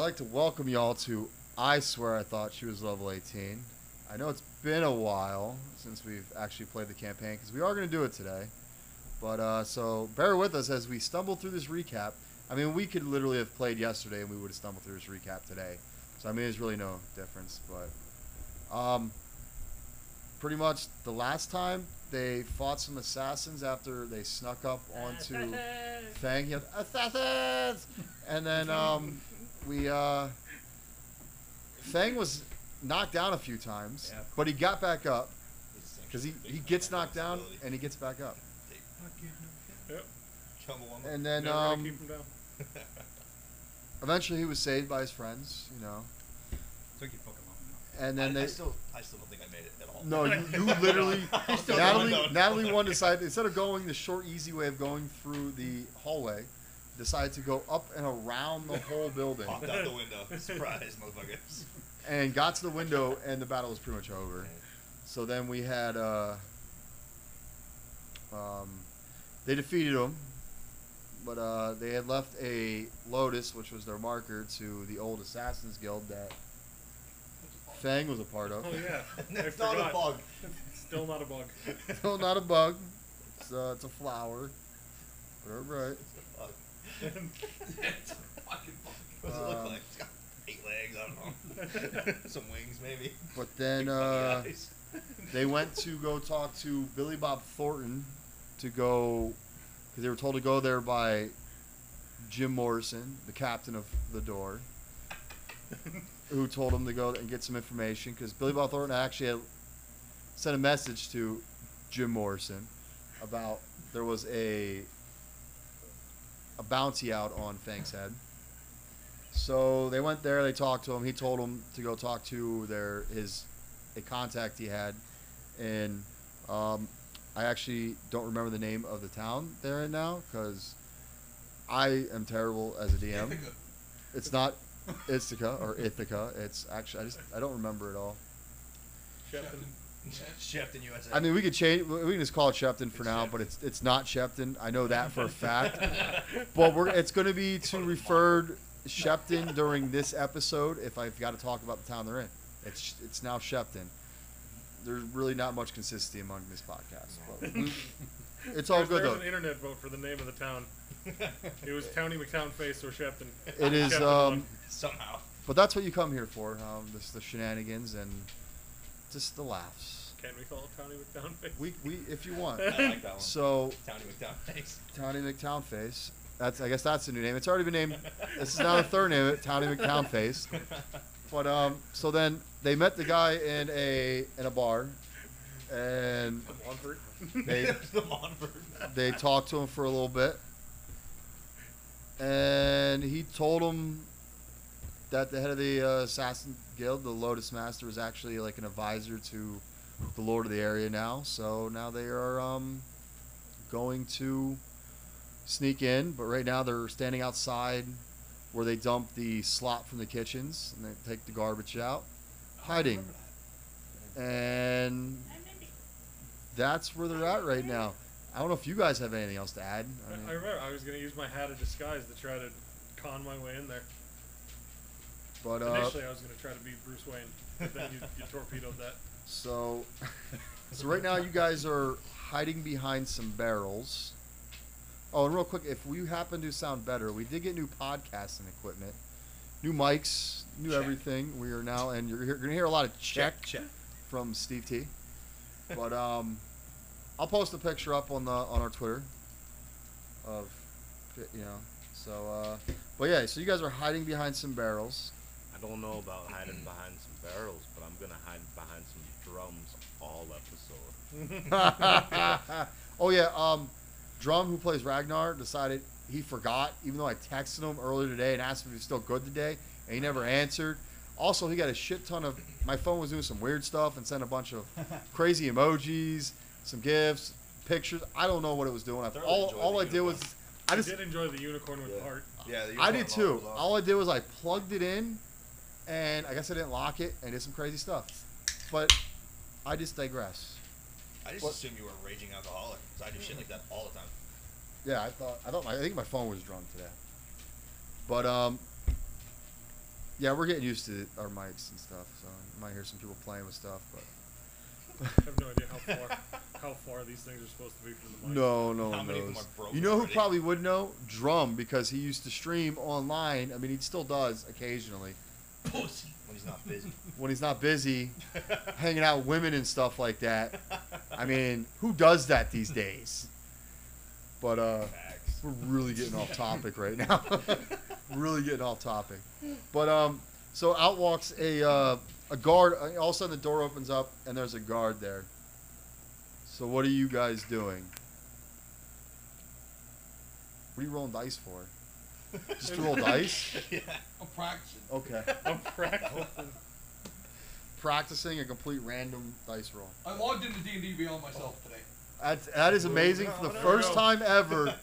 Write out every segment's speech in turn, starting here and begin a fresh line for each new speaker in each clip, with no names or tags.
like to welcome y'all to I Swear I Thought She Was Level 18. I know it's been a while since we've actually played the campaign because we are going to do it today. But uh, so bear with us as we stumble through this recap. I mean, we could literally have played yesterday and we would have stumbled through this recap today. So, I mean, there's really no difference. But um, pretty much the last time they fought some assassins after they snuck up onto Fang. He yelled, assassins! And then um, we. Uh, Fang was knocked down a few times,
Yep.
but he got back up because he, he gets knocked down and he gets back up.
Yep.
Chumbawamba.
And then
Never gonna
um,
keep him down.
eventually he was saved by his friends, you know.
Took you fucking long enough.
And then
I, I
they.
still, I still don't think I made it at all.
No, you, you literally.
I still don't
Natalie,
know.
Natalie one decided instead of going the short, easy way of going through the hallway, decided to go up and around the whole building
Popped out the window. Surprise, motherfuckers.
and got to the window, and the battle was pretty much over. So then we had. Uh, um, they defeated him, but uh, they had left a lotus, which was their marker, to the old Assassin's Guild that Fang was a part of.
Oh yeah. I
it's not
forgot.
a bug.
Still not a bug.
Still not a bug. It's, uh, it's a flower. Whatever, right?
Bug. it's a fucking bug. What does it
Um,
look like? It's got eight legs. I don't know. Some wings, maybe.
But then
Big
uh,
funny eyes.
they went to go talk to Billy Bob Thornton to go because they were told to go there by Jim Morrison, the captain of the door, who told them to go and get some information because Billy Bob Thornton actually had sent a message to Jim Morrison about there was a a bounty out on Fang's head. So they went there. They talked to him. He told him to go talk to their his a contact he had, and um, I actually don't remember the name of the town they're in now because I am terrible as a DM. It's not Ithaca or Ithaca. It's actually I just I don't remember it all.
Shepton.
Shepton, USA.
I mean, we could change. We can just call it Shepton for now, but it's it's not Shepton. I know that for a fact. but we're it's going to be to referred Shepton during this episode if I've got to talk about the town they're in. It's it's now Shepton. There's really not much consistency among this podcast. But we, it's all
There's-
good
there
though.
was an internet vote for the name of the town. It was Towny McTown Face or Shepton.
It is,
Shepton
um,
won.
Somehow.
But that's what you come here for. Um, this the shenanigans and just the laughs.
Can we call it Towny McTown Face?
We we if you want.
I like that one.
So
Towny McDowell. Thanks.
Towny McTownface. That's I guess that's the new name. It's already been named. This is now the third name. Towny McTownface. But um, so then they met the guy in a in a bar, and
Monfort.
They-
the Monfort.
they talked to him for a little bit, and he told him that the head of the uh, assassin guild, the Lotus Master, is actually like an advisor to the Lord of the area now. So now they are um, going to sneak in, but right now they're standing outside where they dump the slop from the kitchens and they take the garbage out, hiding, and that's where they're at right now. I don't know if you guys have anything else to add. I mean-
I remember I was gonna use my hat of disguise to try to con my way in there.
But uh,
Initially, I was gonna try to be Bruce Wayne, but then you, you torpedoed that.
so, so right now you guys are hiding behind some barrels. Oh, and real quick, if we happen to sound better, we did get new podcasting equipment, new mics, new
Check.
everything. We are now, and you're, you're gonna hear a lot of check,
check.
from Steve T. But um, I'll post a picture up on the on our Twitter of you know. So, uh, but yeah, so you guys are hiding behind some barrels.
I don't know about hiding behind some barrels, but I'm gonna hide behind some drums all episode.
oh yeah, um, Drum, who plays Ragnar, decided he forgot, even though I texted him earlier today and asked if he was still good today, and he never answered. Also, he got a shit ton of. My phone was doing some weird stuff and sent a bunch of crazy emojis, some gifs, pictures. I don't know what it was doing. I,
Thoroughly
all
enjoyed
all
the
I did was,
unicorn.
I just
did enjoy the unicorn with
Yeah.
heart.
Yeah,
I did too. All I did was I plugged it in, and I guess I didn't lock it and did some crazy stuff. But I just digress.
I just
What?
assumed you were a raging alcoholic because I do shit like that all the time.
Yeah, I thought I thought my, I think my phone was drunk today. But um, Yeah, we're getting used to our mics and stuff, so you might hear some people playing with stuff, but
I have no idea how far how far these things are supposed to be from the mic.
no, no
How
one
many of them
knows.
are broken
You know who
already?
probably would know? Drum, because he used to stream online. I mean, he still does occasionally
Pussy when he's not busy.
when he's not busy hanging out with women and stuff like that. I mean, who does that these days? But uh,
Facts.
we're really getting off topic right now. really getting off topic. But um, so out walks a uh, a guard. uh, All of a sudden, the door opens up and there's a guard there. So what are you guys doing? What are you rolling dice for? Just to roll dice?
yeah. I'm practicing.
Okay.
I'm practicing.
Practicing a complete random dice roll.
I logged into D&D Beyond myself today.
That's, that is amazing for the
There we
first
go.
time ever.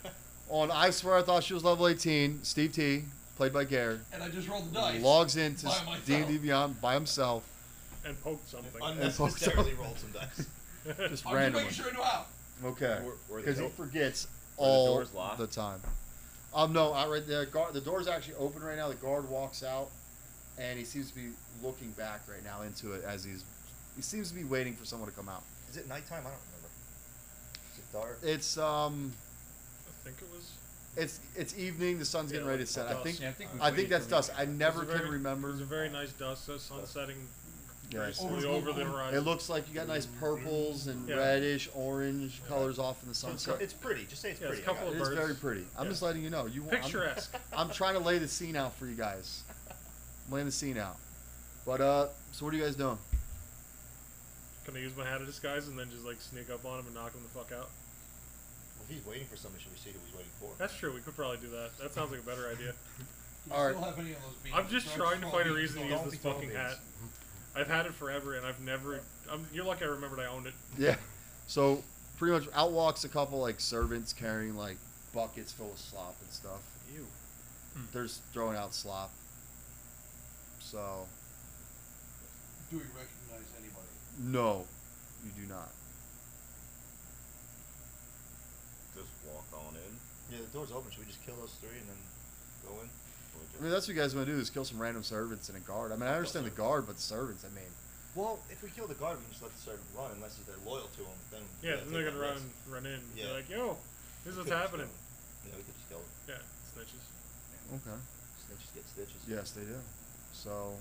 On I swear I thought she was level 18. Steve T, played by Gare,
And I just rolled the dice.
logs into
by myself.
D&D Beyond by himself.
and poked something.
Unnecessarily rolled some dice.
Just
I'm just
randomly.
making sure I know how.
Okay.
Were- were the
Because he
door-
forgets
were the
all
doors locked?
the time. Um, no, I right the guard. The door's actually open right now. The guard walks out, and he seems to be looking back right now into it as he's. He seems to be waiting for someone to come out.
Is it nighttime? I don't remember. Is it dark?
It's um,
I think it was.
it's it's evening. The sun's getting
Yeah,
ready to
it's
set. I
dusk.
think
Yeah,
I think we
I think
waited
that's
till
dusk. I never
It was a
can
very- It
remember.
was a very nice dusk. The sun setting
Yes.
gracefully over,
Over-
the horizon.
It looks like you got nice purples and
Yeah.
reddish orange colors off in the
So it's,
sunset.
it's pretty. Just say it's
Yeah, it's
pretty.
a
I
couple
got
of
It is
birds.
very pretty. I'm
Yeah.
just letting you know. You want- I'm-
picturesque.
I'm trying to lay the scene out for you guys. I'm laying the scene out. But uh, so what are you guys doing?
Can I use my hat of disguise and then just like sneak up on him and knock him the fuck out?
Well, if he's waiting for somebody, should we see who he's waiting for?
That's true. We could probably do that. That sounds like a better idea.
Do you
All
still
right.
have any of those beans?
I'm just
Right,
trying to
small
find a
beans.
reason to
Don't-
use this fucking hat. I've had it forever and I've never. I'm, you're lucky I remembered I owned it.
Yeah. So pretty much out walks a couple like servants carrying like buckets full of slop and stuff. Hmm.
Ew. Hmm.
They're just throwing out slop. So
Do we recognize anybody?
no, you do not.
Just walk on in.
Yeah, the door's open. Should we just kill those three and then go in?
Or just-
I mean that's what you guys want to do is kill some random servants and a guard. I mean I understand the guard, but the servants. I mean
Well, if we kill the guard, we can just let the servant run, unless if they're loyal to him. Then
Yeah, then they're
take
gonna
that
run,
risk.
run in. and be
Yeah.
like, yo, this
We
is
could
what's
just
happening.
kill him. Yeah, we could just kill him.
Yeah, snitches.
okay.
Snitches get stitches.
Yes, they do. So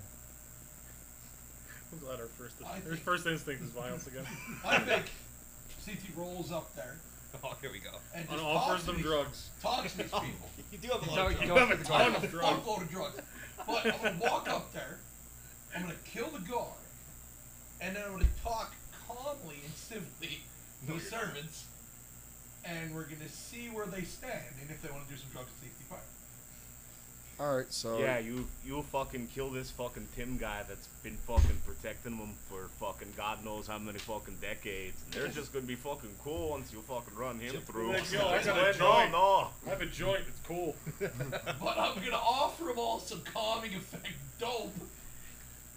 I'm glad our first,
I
our
think-
first instinct is violence again.
I think CT rolls up there
Oh, here we go.
and
And
just
offers
talks to
them
these-
drugs.
Talks to these people.
You do have a
He's
lot of
already
time.
You have a
I
ton
have a
of drugs.
fuckload of drugs. But I'm gonna walk up there. I'm gonna kill the guard, and then I'm gonna talk calmly and civilly to
No,
the
you're not.
servants, and we're gonna see where they stand and if they want to do some drugs and safety fire.
all right. So
Oh, Yeah, you you fucking kill this fucking Tim guy that's been fucking protecting them for fucking God knows how many fucking decades. And they're just gonna be fucking cool once you fucking run him through. Oh,
Like, yo, I got a
Like,
joint.
no,
I have a joint. It's cool.
But I'm gonna offer them all some calming effect dope,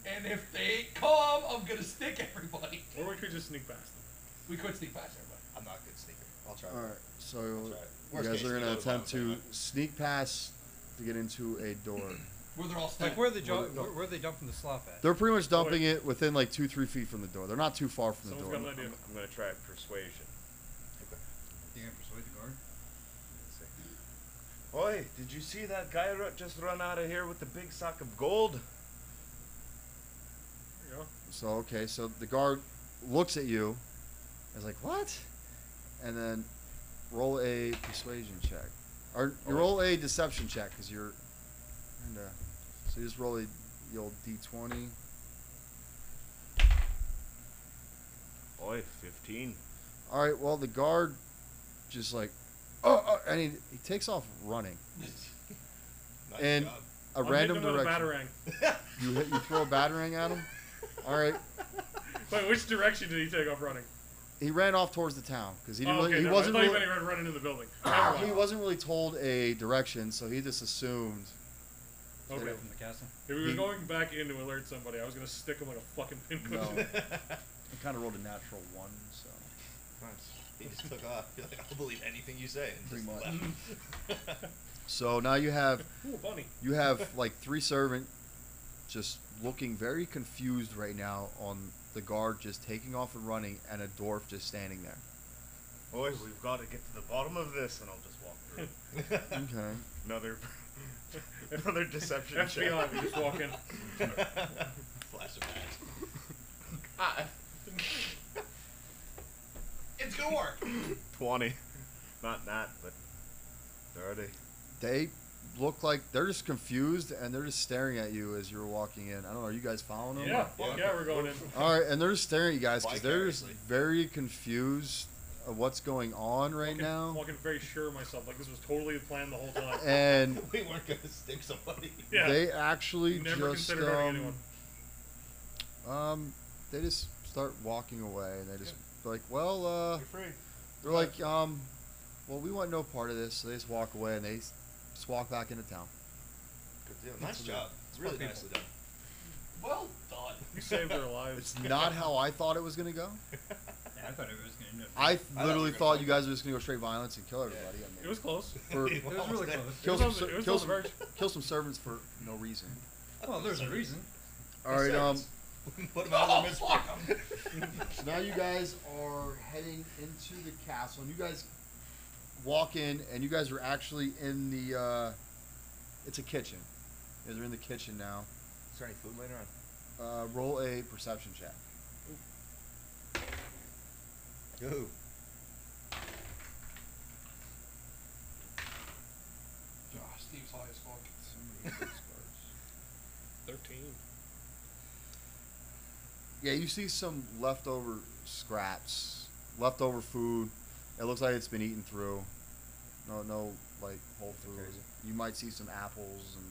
and if they ain't calm, I'm gonna stick everybody.
Or we could just sneak past them.
We could sneak past everybody.
I'm not a good sneaker. I'll try.
All right, so
right.
you
Worst
guys
case,
are
you
gonna
know the
attempt
bottom
to
thing, right?
sneak past to get into a door.
Where they're all
Like
standing.
where they
Well,
jump,
no.
where, where they dumping the slop at?
They're pretty much dumping it within like two, three feet from the door. They're not too far from the
Someone's
door.
got an
I'm,
idea.
I'm gonna try persuasion.
You gonna persuade the guard?
Oi, did you see that guy ru- just run out of here with the big sack of gold?
There you go.
So okay, so the guard looks at you, and is like, "What?" And then roll a persuasion check, or you
Oh.
roll a deception check because you're. And, uh, so you just roll a the old d20.
Oi, 15.
All right, well the guard just like, oh, oh," and he, he takes off running
Nice
in
job.
a
I'm hitting
random
him with a
direction.
batarang.
You hit, you throw a batarang at him. All right,
Wait, which direction did he take off running?
he ran off towards the town because he
oh,
didn't
okay,
really, he
never mind.
wasn't
I thought
really,
he meant he ran into the building.
Ah,
Never
he
mind.
wasn't really told a direction, so he just assumed.
Okay.
From the castle.
If he was
He-
going back in to alert somebody, I was gonna stick him like a fucking
No,
pincushion.
he kind of rolled a natural one, so
He just took off. You're like, I'll believe anything you say. And
Pretty
just
much.
left.
so now you have
Ooh, bunny.
you have like three servant just looking very confused right now on the guard just taking off and running and a dwarf just standing there.
Boys, we've got to get to the bottom of this, and I'll just walk through.
Okay.
Another, another deception
FBI,
check.
we just walk in.
Flash of eyes.
Ah,
It's gonna work.
Twenty, not that, but thirty.
They look like they're just confused and they're just staring at you as you're walking in. I don't know. Are you guys following them?
Yeah, fuck yeah, we're going in.
All right, and they're just staring at you guys because they're just
Vicariously.
very confused of what's going on right
Walking-
now.
Walking very sure of myself, like this was totally the plan the whole time.
And
We weren't gonna stick somebody.
Yeah.
they actually
Never
just
considered hurting
um,
anyone.
um, they just start walking away and they just like, well, uh,
free.
they're like, um, well, we want no part of this, so they just walk away and they s- just walk back into town.
Good deal. Nice job. Really nicely done.
Well done.
You saved their lives.
It's not how I thought it was gonna go.
I thought it was gonna end up.
I
we
literally
were
thought
gonna-
you guys were just gonna go straight violence and kill everybody. I
It
mean,
was close.
for,
It
It was really
Well,
close.
kill
was
some
on the-
ser-
it was
kill
on the
some
verge.
kill some servants for no reason.
Well, there's a reason.
All right, um,
Put him out of
Oh,
the mis-
fuck 'em.
So now you guys are heading into the castle, and you guys walk in, and you guys are actually in the. Uh, it's a kitchen. You guys are in the kitchen now.
Is there any food later on?
Uh, roll a perception check.
Ooh.
Oh, Steve's high as fuck.
Thirteen.
Yeah, you see some leftover scraps, leftover food. It looks like it's been eaten through. No, no, like whole food.
Crazy.
You might see some apples and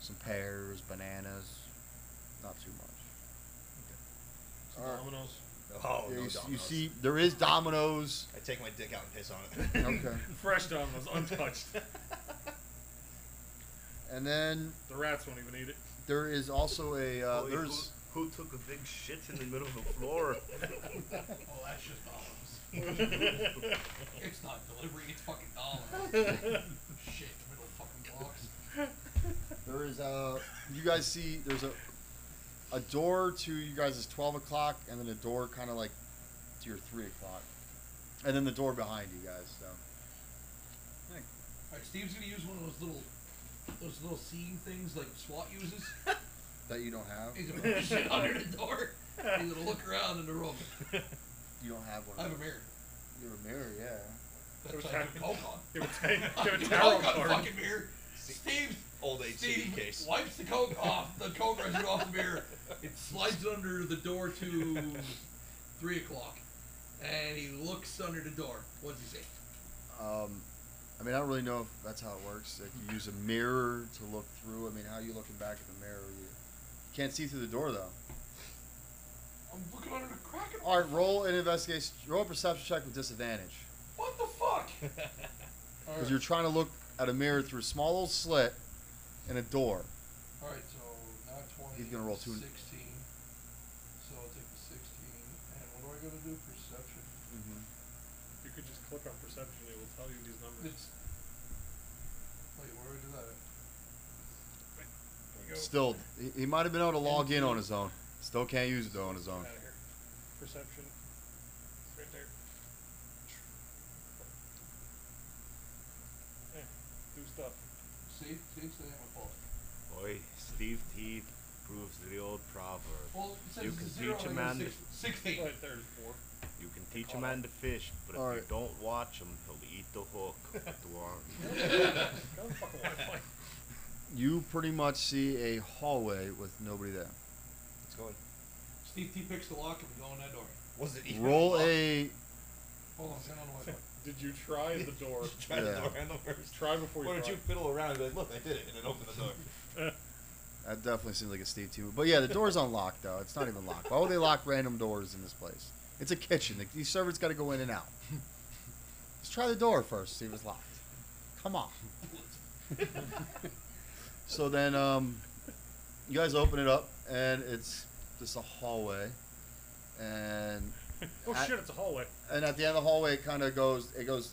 some pears, bananas. Not too much. Alright.
Dominoes.
Oh,
Yeah,
no
you, s- you
dominoes.
see, there is dominoes.
I take my dick out and piss on it.
Okay.
Fresh dominoes, untouched.
And then
the rats won't even eat it.
there is also a uh,
Holy,
there's
who, who took a big shit in the middle of the floor?
Oh, that's just dollars. it's not delivery. It's fucking dollars. Shit, middle fucking box.
there is a you guys see there's a a door to you guys is twelve o'clock and then a door kind of like to your three o'clock and then the door behind you guys. So
All right, Steve's gonna use one of those little, those little seam things like SWAT uses.
that you don't have
He's gonna put the shit under the door. He's gonna look around in the room.
you don't have one.
I
of
have
those.
a mirror.
You have a mirror, yeah.
That's
was
what I
time-
can poke on.
Give a, ta- give a
You
tarot
poke on
card.
the fucking mirror. Steve,
Old age CD
Steve
case.
wipes the coke off, the coke resin off the mirror. It slides under the door to three o'clock, and he looks under the door. What does he say?
Um, I mean I don't really know if that's how it works. Like you use a mirror to look through. I mean how are you looking back at the mirror? You, you can't see through the door though.
I'm looking under the crack. of-
All right, roll an investigation. Roll a perception check with disadvantage.
What the fuck? All
Because
right.
you're trying to look at a mirror through a small little slit and a door.
All right, so now twenty.
He's gonna roll two-
Sixteen. So I'll take the sixteen, and what do I gotta do? Perception. Mm-hmm.
You could just click on perception, it will tell you these numbers.
It's. Wait, where do I do that? at?
There you go.
Still, he, he might have been able to log in on his own. Still can't use it though on his own.
Outta here. Perception. It's right there. Yeah, do stuff.
See, see, it's the name of fault.
Boy, Steve T proves the old proverb.
Well, it says
You
it's
can
a zero.
teach a
and I got
man
six- Sixteen.
Right there is four.
You can teach a man to fish, but if you
Alright.
don't watch him, he'll eat the hook. Dwarf.
Go fuck away, fine.
You pretty much see a hallway with nobody there.
Let's go in.
Steve T picks the lock and we go in that door.
Was it even
Roll
locked?
a.
Hold on, hang on a minute.
Did you try the door?
Try the
Yeah.
door handle first.
Try before you
Why don't
try.
you fiddle around and be like, look, I did it, and then open the door.
That definitely seems like a Steve too. But yeah, the door's unlocked though. It's not even locked. Why would they lock random doors in this place? It's a kitchen. The- These servants got to go in and out. Let's try the door first. See if it's locked. Come on. so then, um, you guys open it up, and it's just a hallway, and
Oh
I-
shit, it's a hallway.
and at the end of the hallway, it kind of goes. It goes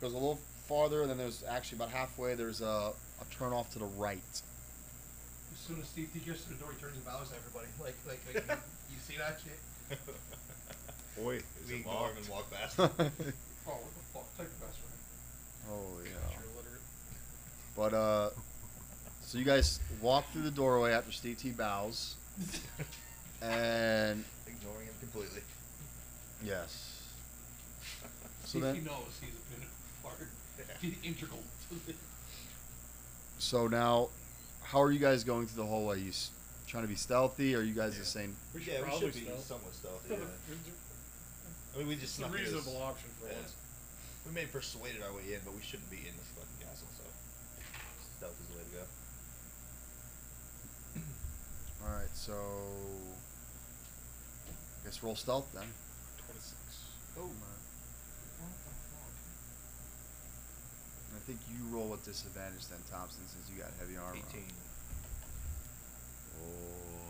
goes a little farther, and then there's actually about halfway. There's a, a turn off to the right.
Is as soon as Steve gets to the door, he turns and bows to everybody. Like, like, like you, you see that shit?
Oi,
We ignore him and walk past him.
oh
Oh, what the fuck? Take the best one.
yeah.
You're illiterate.
But uh, so you guys walk through the doorway after Steve T bows, and
Ignoring him completely.
yes. So
Steve
then,
T knows he's a bit of a part. He's integral to the.
so now, how are you guys going through the hallway? You s- trying to be stealthy? Are you guys the same?
We should
yeah, we
probably
should be
stealth.
somewhat stealthy.
It's
Yeah. I mean, we just
a
snuck in as-
reasonable option for
yeah.
once.
We may have persuaded our way in, but we shouldn't be in this fucking castle, so stealth is the way to go.
All right, so guess roll stealth then.
Oh,
And I think you roll with disadvantage then, Thompson, since you got heavy armor. on.
18.
Oh.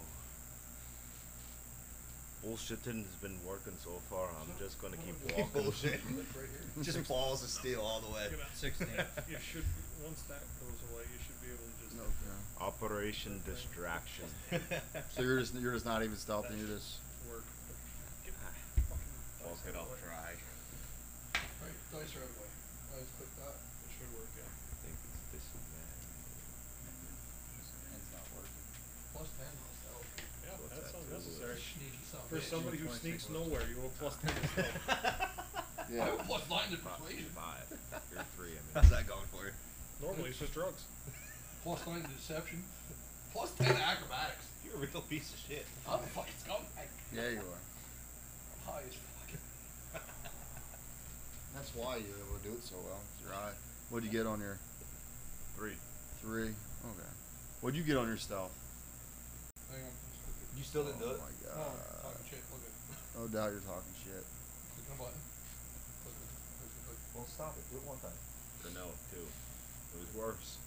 Bullshitting has been working so far. I'm just gonna keep walking.
Bullshit.
Like right here.
just claws of steel all the way.
Look at that.
16.
You should be- once that goes away, you should be able to just.
No, yeah.
Operation Distraction.
So you're just you're just not even stealthy. You're just
work. Get
Ah, Fuck
fucking dice out of
it,
the
I'll
way.
try.
Right, dice are everywhere. I just click that.
It should work, yeah.
I think it's this one.
It's not working.
Plus 10. That would be
Yeah,
What's
that
that
sounds
do?
necessary.
sneaky son of a
For
bitch.
somebody who
26
sneaks
left.
nowhere, you will plus ten to stealth.
I
yeah.
have a plus 9 to
Fuck,
persuasion.
Five. You're three, I mean.
How's that going for you?
Normally, it's just drugs.
Plus 9 to deception. Plus 10 to acrobatics.
You're a real piece of shit.
I'm a fucking scumbag.
Yeah, you are.
I'm high as fuck.
That's why you're able to do it so well. It's Your eye. What'd you get on your
Three.
three? Okay. What'd you get on your stealth?
Hang on. just click it.
You still didn't do
oh
it?
my
No,
god.
talking shit. Look at it.
No doubt you're talking shit.
Click on a button. Click, click, click, click, click.
Well, stop it. Do it one time.
Or no, two. It was worse.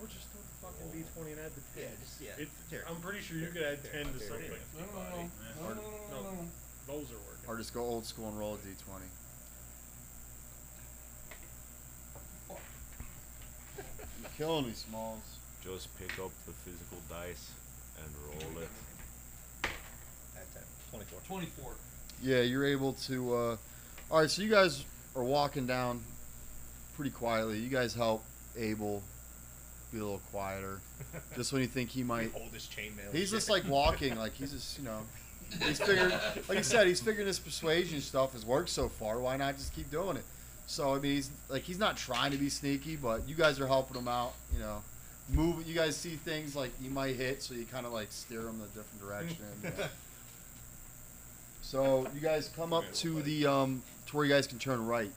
Or just throw the fucking D twenty and add the ten.
Yeah, just, yeah.
It,
Here.
I'm pretty sure you could add
Here,
ten to
here,
something.
here.
No, no, no, no, no, no, no, no, no, no.
Those are working.
Or just go old school and roll a d twenty.
Fuck.
You're killing me, Smalls.
Just pick up the physical dice and roll it.
At 10. 24.
24.
Yeah, you're able to. Uh, all right, so you guys are walking down pretty quietly. You guys help Abel be a little quieter. Just when you think he might.
Hold this chainmail.
He's just like walking, like he's just, you know. He's figured, like you said, he's figuring this persuasion stuff has worked so far. Why not just keep doing it? So I mean, he's like he's not trying to be sneaky, but you guys are helping him out. You know, move. You guys see things like you might hit, so you kind of like steer him in a different direction. yeah. So you guys come up to the um to where you guys can turn right.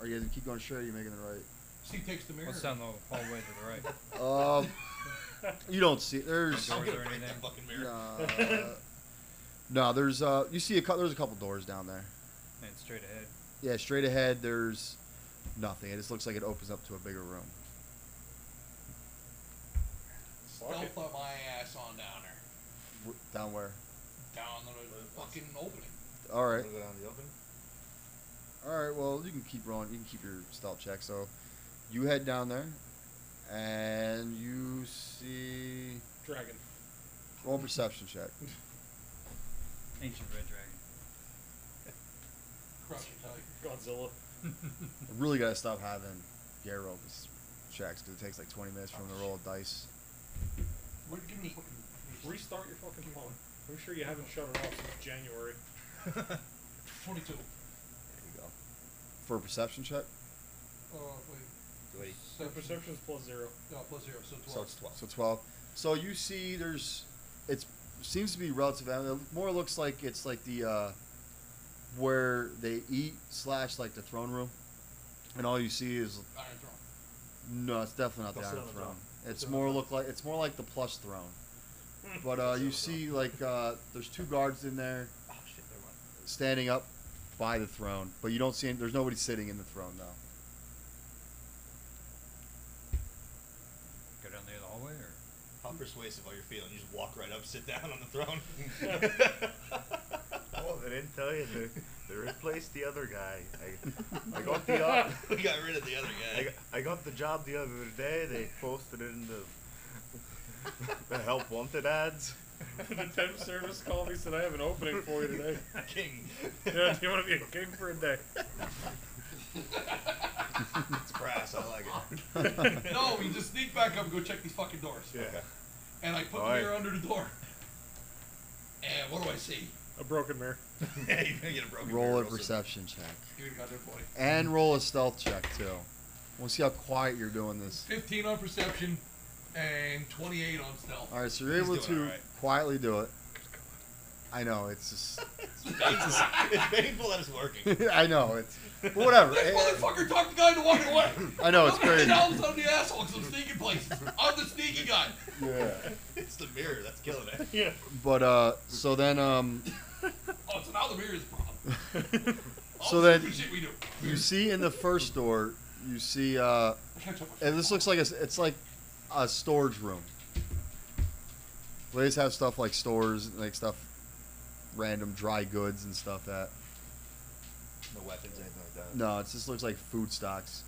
Are you guys gonna keep going straight? Or are you making the right?
Steve takes the mirror.
What's down the hallway to the right?
Um, you don't see. There's
Doors or
break
anything?
that fucking mirror.
no, no, there's uh, you see a cou- there's a couple doors down there.
And straight ahead.
Yeah, straight ahead there's nothing. It just looks like it opens up to a bigger room.
Stealth up my ass on down there.
W- Down where?
Down the fucking opening.
All right,
Wanna go down the open?
all right. Well, you can keep rolling. You can keep your stealth check. So, you head down there, and you see.
Dragon.
Roll a perception check.
Ancient Red Dragon.
Crouching tiger.
Godzilla.
I really gotta stop having Gary roll this checks because it takes like 20 minutes for him to roll a dice.
We're giving me fucking.
Restart your fucking phone. I'm sure you haven't shut it off since January.
22.
There you go.
For a perception check,
Oh, wait.
Do it.
Their perception's plus zero.
No, plus zero, so 12.
So it's 12.
so 12. So you see, there's. It seems to be relative. It more looks like it's like the uh, where they eat slash like the throne room, and all you see is
Iron Throne.
No, it's definitely not the
That's
Iron
not a
Throne.
throne.
It's
That's
more
not a
look like it's more like the plush throne. But uh,
That's
you
not a throne.
see, like uh, there's two guards in there
Oh, shit, never mind.
standing up by the throne, but you don't see. Any, there's nobody sitting in the throne though.
Go down there the hallway or?
How persuasive are you feeling? You just walk right up, sit down on the throne.
eh? Oh, they didn't tell you the, the They replaced the other guy. I, I got the
uh,
o-
uh, we got rid of the other
I,
guy.
got- I got the job the other day. They posted it in the the help wanted ads.
the temp service called me said I have an opening for you today.
King.
Yeah, do you want to be a king for a day?
It's brass. I like it.
no, you just sneak back up and go check these fucking doors.
Yeah.
And I put the
Alright.
mirror under the door. And what do I see?
A broken mirror.
yeah, you're gonna get a broken
Roll a
barrel soon.
perception check.
Give it a goddamn point.
And roll a stealth check, too. We'll see how quiet you're doing this.
15 on perception and 28 on stealth.
All right, so you're
He's
able
doing
to
all right.
quietly do it. I know, it's just.
It's painful. it's painful that it's working.
I know, it's. But whatever.
This
it-
motherfucker talked the guy into walking away.
I know, it's
I'm getting
crazy.
all of a sudden the asshole 'cause I'm sneaking places. I'm the sneaky guy.
Yeah.
It's the mirror that's killing it.
Yeah.
But, uh, so then, um,
Oh, so now the mirror is the problem. All
So
the
then-
stupid shit we do.
you see in the first door, you see, uh,
I can't jump my-
and this looks like a, it's like a storage room. Ladies have stuff like stores, like stuff, random dry goods and stuff that.
No weapons, anything like that.
No, it just looks like food stocks.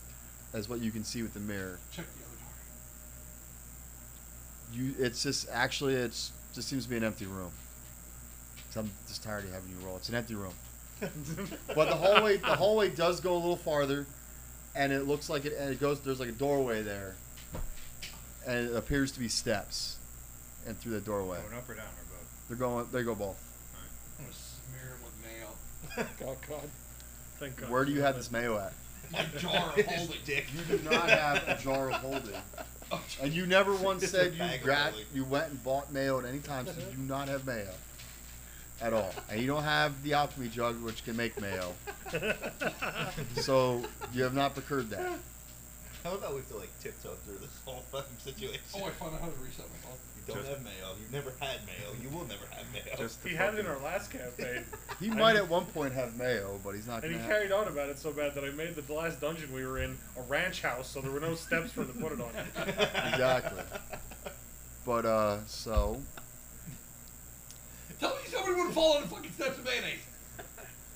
That's what you can see with the mirror.
Check the other door.
You, it's just actually, it's just seems to be an empty room. 'Cause I'm just tired of having you roll. It's an empty room. but the hallway, the hallway does go a little farther, and it looks like it, and it goes. There's like a doorway there, and it appears to be steps, and through the doorway,
Oh,
Going up or down or both?
they're going. They go both.
I'm gonna smear him with mayo.
Oh God. Thank God.
Where do you have this mayo at?
My jar of
His
holding.
dick.
You do not have a jar of holding, and you never once
Just a
said you
bag of
gra-
Holding.
you went and bought mayo at any time. So you do not have mayo at all, and you don't have the alchemy jug which can make mayo. so you have not procured that.
How about we have to like tiptoe through this whole fucking situation?
Oh, I found out how to reset my phone.
you don't
Just-
have mayo. You've never had mayo. You will never have mayo.
Just to
He had it in
fucking-
our last campaign,
He might at one point have mayo, but he's not.
and
Gonna
he
have-
carried on about it so bad that I made the last dungeon we were in a ranch house, so there were no steps for him to put it on.
exactly. But uh, so
Tell me somebody would have fallen in fucking steps of mayonnaise.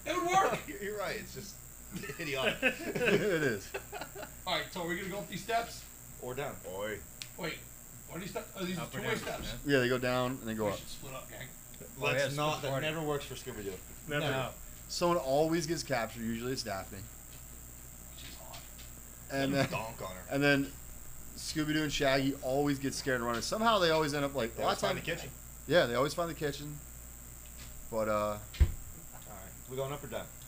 It would work.
You're- You're right. It's just idiotic.
it is.
All right, so are we gonna go up these steps?
or down.
Boy.
Wait, what are these steps? Are these
Up or
two-way
down,
steps?
yeah.
Yeah, they go down and they go
we
up.
should split up, gang.
Oh, yeah,
Let's
it's
not.
the
That
party.
never works for Scooby Doo.
Never.
Someone always gets captured. Usually it's Daphne.
Which is odd.
And then,
donk on her.
and then Scooby Doo and Shaggy always get scared and run. And somehow they always end up like.
They
a lot
always
of
find the
time-
kitchen.
Yeah, they always find the kitchen. But uh,
All right. We going up or down?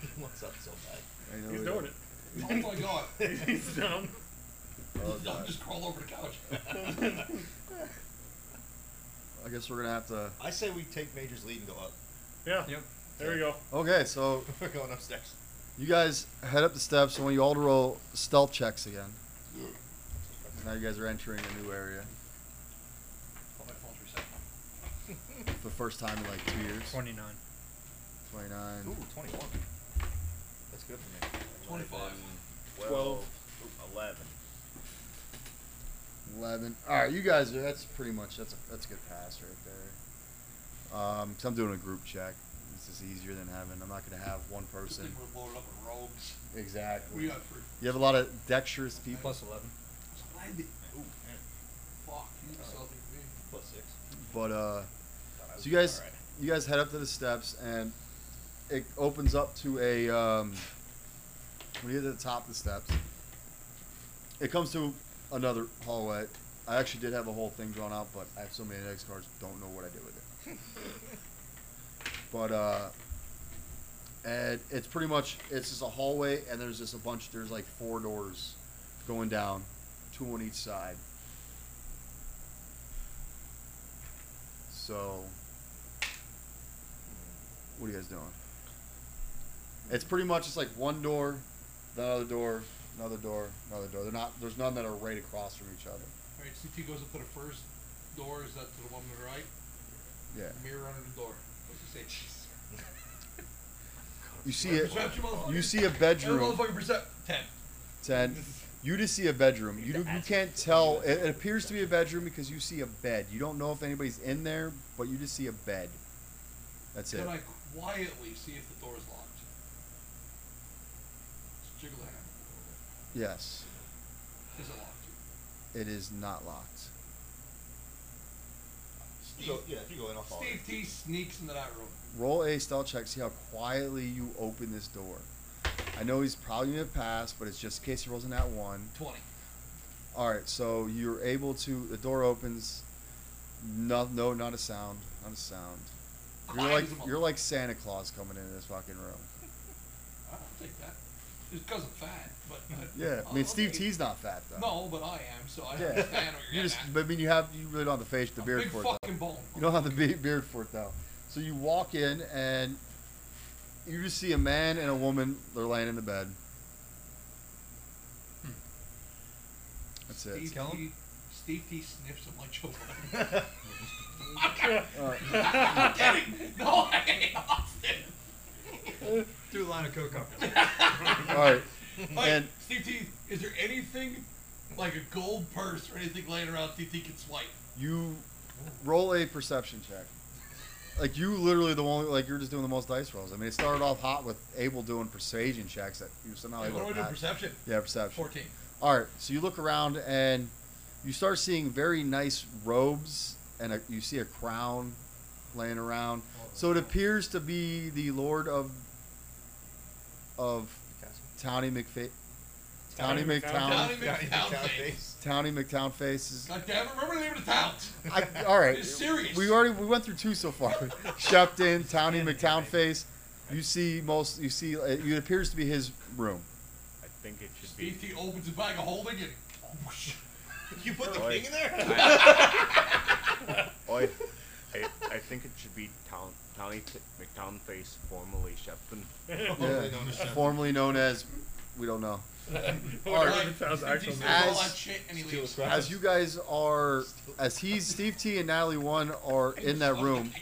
He wants up so bad.
I know
He's
we-
doing it.
Oh my god.
He's down.
Oh,
I'll
God.
just crawl over the couch.
I guess we're gonna have to.
I say we take Major's lead and go up.
Yeah.
Oh,
Yep.
There we go.
Okay, so
We're going upstairs.
you guys head up the steps. I want you all to roll stealth checks again. Now you guys are entering a new area
Oh, my phone's reset.
for the first time in like two years.
29.
29.
Ooh, 21. That's good for me.
25.
12. 11.
11. All right, you guys are. That's pretty much. That's a that's a good pass right there. Um, i I'm doing a group check. This is easier than having. I'm not gonna have one
This
person.
thing would blow it up in robes.
Exactly.
We got three.
You have a lot of dexterous people.
Plus 11.
So I did-
Ooh, man.
Fuck, you were selling me.
Plus six.
But uh,
Thought I
so
was
you
doing
guys
all right.
you guys head up to the steps and it opens up to a um. When you get to the top of the steps, it comes to another hallway. I actually did have a whole thing drawn out, but I have so many index cards, don't know what I did with it. but uh and it's pretty much it's just a hallway and there's just a bunch there's like four doors going down two on each side so what are you guys doing it's pretty much just like one door then another door another door another door they're not there's none that are right across from each other
Alright, CT goes up to the first door. Is that to the one to the right?
yeah
Mirror under the door. What's he say? Jesus.
you see it
Perception, motherfucker.
you see a
Every
bedroom
motherfucking percep. 10.
10. You just see a bedroom.
You
You, do,
have to
you
ask
can't
if it's
tell. It,
a
it
bedroom.
appears to be a bedroom because you see a bed. You don't know if anybody's in there, but you just see a bed. That's it.
Can I quietly see if the door is locked? Just jiggle the hammer.
Yes,
Is it locked?
it is not locked.
You go, yeah, if you go in, I'll follow.
Steve T sneaks into that room.
Roll a stealth check. See how quietly you open this door. I know he's probably gonna pass, but it's just in case he rolls in that one.
20.
All right, so you're able to. The door opens. No, no, not a sound. Not a sound. You're
Quiet
like
as a mother-
you're like Santa Claus coming into this fucking room.
I'll take that. Just because I'm fat. But, but
Yeah, I
I'll-
mean
I'll
Steve
take it.
T's not fat though.
No, but I am, so I
Yeah.
understand what
You
you're
just,
getting at.
I mean, you have you really don't have the face, the
A
beard
big
for it.
fucking
though.
bone.
You don't have the be- beard for it though. So you walk in and you just see a man and a woman. They're laying in the bed. That's it.
Steve
Tell him.
T, Steve T sniffs at my children.
Uh,
I'm kidding. No, I ain't Austin.
Through a line of coke up.
all right.
Like,
And-
Steve T, is there anything like a gold purse or anything laying around Steve T can swipe?
You roll a perception check. Like you literally the one like you're just doing the most dice rolls. I mean, it started off hot with Abel doing persuasion checks that you were somehow
Hey,
able
what
to
do I do?
Oh, pass.
Perception.
yeah, perception.
14.
All right, so you look around and you start seeing very nice robes and a, you see a crown laying around. So it appears to be the Lord of of Towny McFa- Towny
Towny
McTown
Towny
Yeah, you
McTown
count
face.
face.
Towny McTownface is
God damn it, remember the name of the town.
I, all right.
It's serious.
We already we went through two so far. Shepton, Towny, McTownface. You see most. You see. It it appears to be his room.
I think it should be.
Steve T opens a bag of holding and whoosh.
You put the
Right.
king in there?
I, Oh, I, I think it should be Town, Towny T- McTownface, formerly Shepton.
Yeah. Formerly known as, we don't know.
Whatever
Alright,
the town's
Steve T
actual
says
name
As-
all that shit and he
Steal
leaves.
the crap.
As you guys are, as he's Steve T and Natalie One are in that room.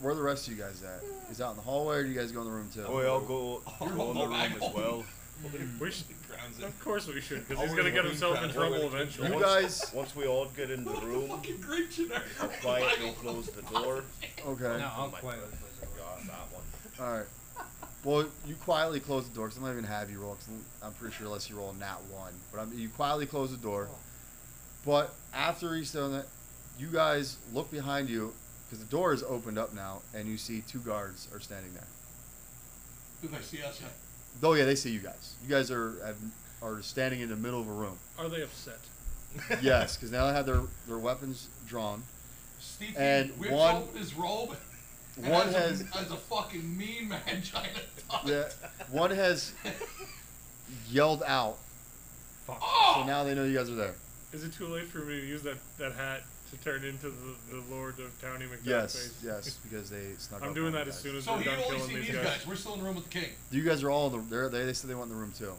Where are the rest of you guys at? Is out in the hallway, or do you guys go in the room too?
Oh, I'll go, go in the room as well.
is. We should-
Grounds it.
of course we should, because
Oh,
he's gonna
we're
get
gonna
himself in
crash. We're
trouble
gonna crash.
eventually.
You
Once-
guys-
Once we all get in the
What
room,
the fucking Grinch in there?
I'll quietly close the door.
Okay.
No, I'll
Oh my
quietly
God.
close the door.
God, that one.
All right. Well, you quietly close the door because I'm not even gonna have you roll. Cause I'm pretty sure unless you roll a nat one, but I'm, you quietly close the door. But after he's done that, you guys look behind you because the door is opened up now, and you see two guards are standing there.
If I see us, yeah.
Oh yeah, they see you guys. You guys are have, are standing in the middle of a room.
Are they upset?
yes, because now they have their their weapons drawn.
Steve
And
whips
one-
open his robe. and
One has
has, a, has a fucking mean man China. thought.
yeah, one has yelled out, so
Oh,
now they know you guys are there.
Is it too late for me to use that, that hat to turn into the, the Lord of Towny McDuckface?
Yes, yes, because they snuck.
I'm
up
doing
on you
that as
guys.
soon as
so
we're
he
done
only
killing
seen
these
these guys.
guys.
We're still in the room with the king.
You guys are all in the. they're- They they said they went in the room too.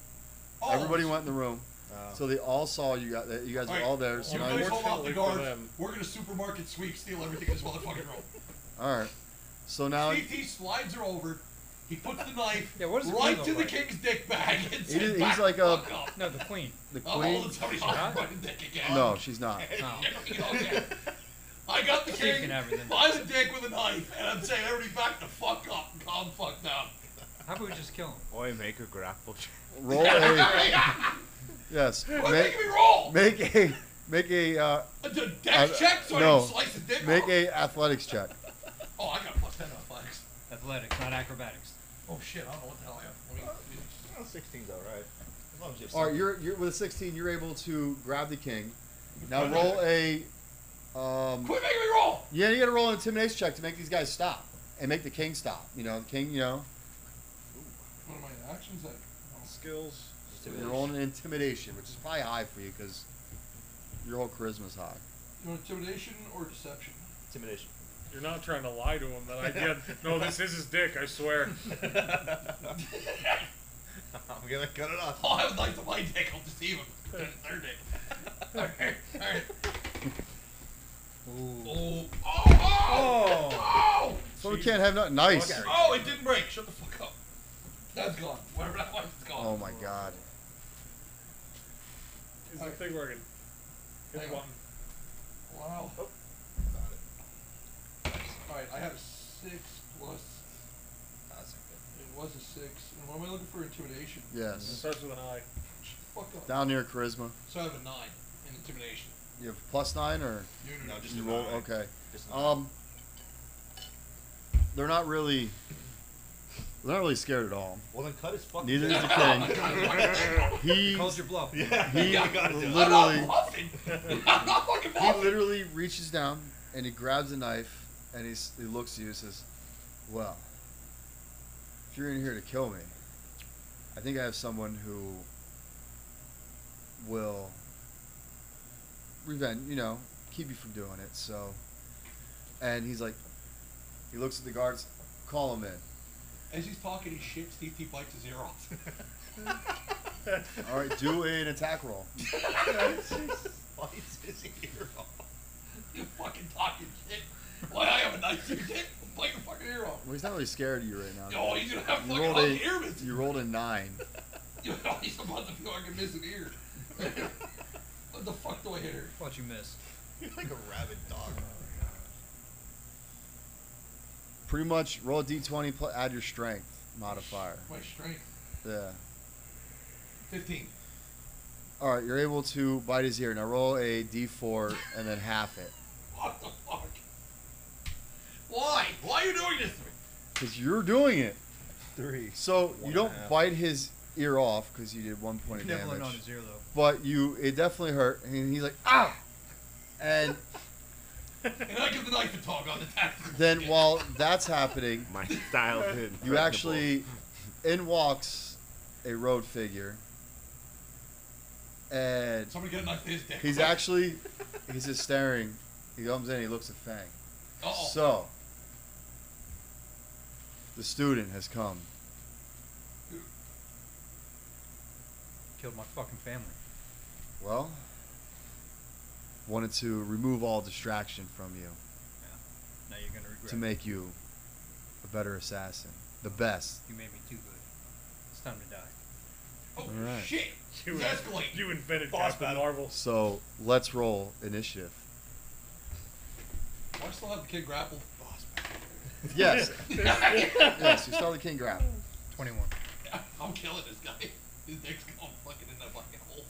Oh,
Everybody went in the room,
Oh.
so they all saw you guys. You guys
Alright,
were all there. So
You
now
guys
you-
hold off the
Unfortunately for
guards.
them.
We're gonna supermarket sweep, steal everything in this motherfucking room.
all right. So now
Steve T slides her over. He puts the knife
Yeah, what does the
right
queen
to the
look like?
king's dick bag. And says,
is- he's
"Back
like
the
a-
fuck up."
No, the queen.
the
I'm holding
queen.
somebody's
Huh?
fucking dick again.
No, she's not.
Oh.
Okay. I got the
Steve
king
can have it then.
by the dick with a knife, and I'm saying everybody back the fuck up and calm the fuck down.
How about we just kill him?
Boy, make a grapple check.
Roll a
Hey,
yes.
What's
Make
making me roll?
make a make a uh,
A d-
I-
dex check so
no.
I can slice the dick
make
off?
a athletics check.
Oh, I got plus 10 athletics.
Athletics, not acrobatics.
Oh shit, I don't know what the hell I have. Let me- let me-
Well, 16's alright. As long as you have
All right,
something.
you're you're with a 16. You're able to grab the king. Now roll a um.
Quit making me roll!
Yeah, you gotta roll an intimidation check to make these guys stop and make the king stop. You know, the king. You know,
What are my actions like? Oh,
Skills.
you're rolling an intimidation, which is probably high for you because your whole charisma's high.
You want intimidation or deception?
Intimidation.
You're not trying to lie to him. That I get. No, this is his dick. I swear.
I'm gonna cut it off.
Oh, I would like to play dick. I'll deceive him. Then Third dick. Alright, alright.
Ooh.
Oh, oh, oh! Oh!
So we can't have nothing nice.
Okay.
Oh, it didn't break. Shut the fuck up. That's gone. Whatever that was, it's gone.
Oh my god.
Is the thing working? Hit
Hang
the
on.
button.
Wow.
Oh, got it.
All right, I have six plus.
Ah, that's not good.
It was a six. And what am I looking for? Intimidation.
It
Yes.
starts with an I.
Fuck up.
Down near charisma.
So I have a nine in intimidation.
You have plus nine or
You
No, just
you
a
roll?
nine.
Okay.
Just a nine.
Um, they're not really. They're not really scared at all.
Well, then cut his fucking.
Neither is
dick.
the king. He
Calls your bluff.
Yeah.
he
I gotta do it.
I'm not
literally
bluffing. I'm not fucking
he
bluffing.
literally reaches down and he grabs a knife and he's, he looks at you and says, "Well, if you're in here to kill me, I think I have someone who will revenge. You know, keep you from doing it." So, and he's like, he looks at the guards, call him in.
As he's talking, he shits DT bites his ear off.
All right, do an attack roll.
Bites his ear off.
you fucking talking shit. Why I have a nice dude dick? I'm biting your fucking ear off.
Well, he's not really scared of you right now.
Oh, he's gonna have
you
fucking
rolled
fucking
a
ear missing.
you rolled a nine.
Oh, he's about to fucking miss an ear. what the fuck do I hit her?
What you miss?
You're like a rabid dog.
Pretty much roll a d20, pl- add your strength modifier.
My strength.
Yeah.
15.
All right, you're able to bite his ear. Now roll a d4 and then half it.
What the fuck? Why? Why are you doing this to me?
Because you're doing it.
Three.
So
One
you
and
don't
a half.
bite his ear off because you did one point of
Nibbling on
damage.
his ear though.
But you, it definitely hurt. And he's like, ah! And
And I give the knife and talk on the tactical.
then
shit.
while that's happening,
My style did.
You actually, in walks a road figure, and
Somebody get a knife to his dick.
he's actually he's just staring. He comes in, he looks at Fang.
Uh oh.
So the student has come.
Killed my fucking family.
Well, wanted to remove all distraction from you
Now you're gonna regret.
to make you a better assassin, the best.
it. You made me too good. It's time to die.
oh,
alright.
shit.
You,
It's escalating.
you invented
Boss
Captain
battle.
Marvel.
So let's roll initiative.
Why still have the kid grappled? Boss
Yes, yes, you saw the king grab.
Twenty-one.
I'm killing this guy. His dick's going fucking in that fucking hole.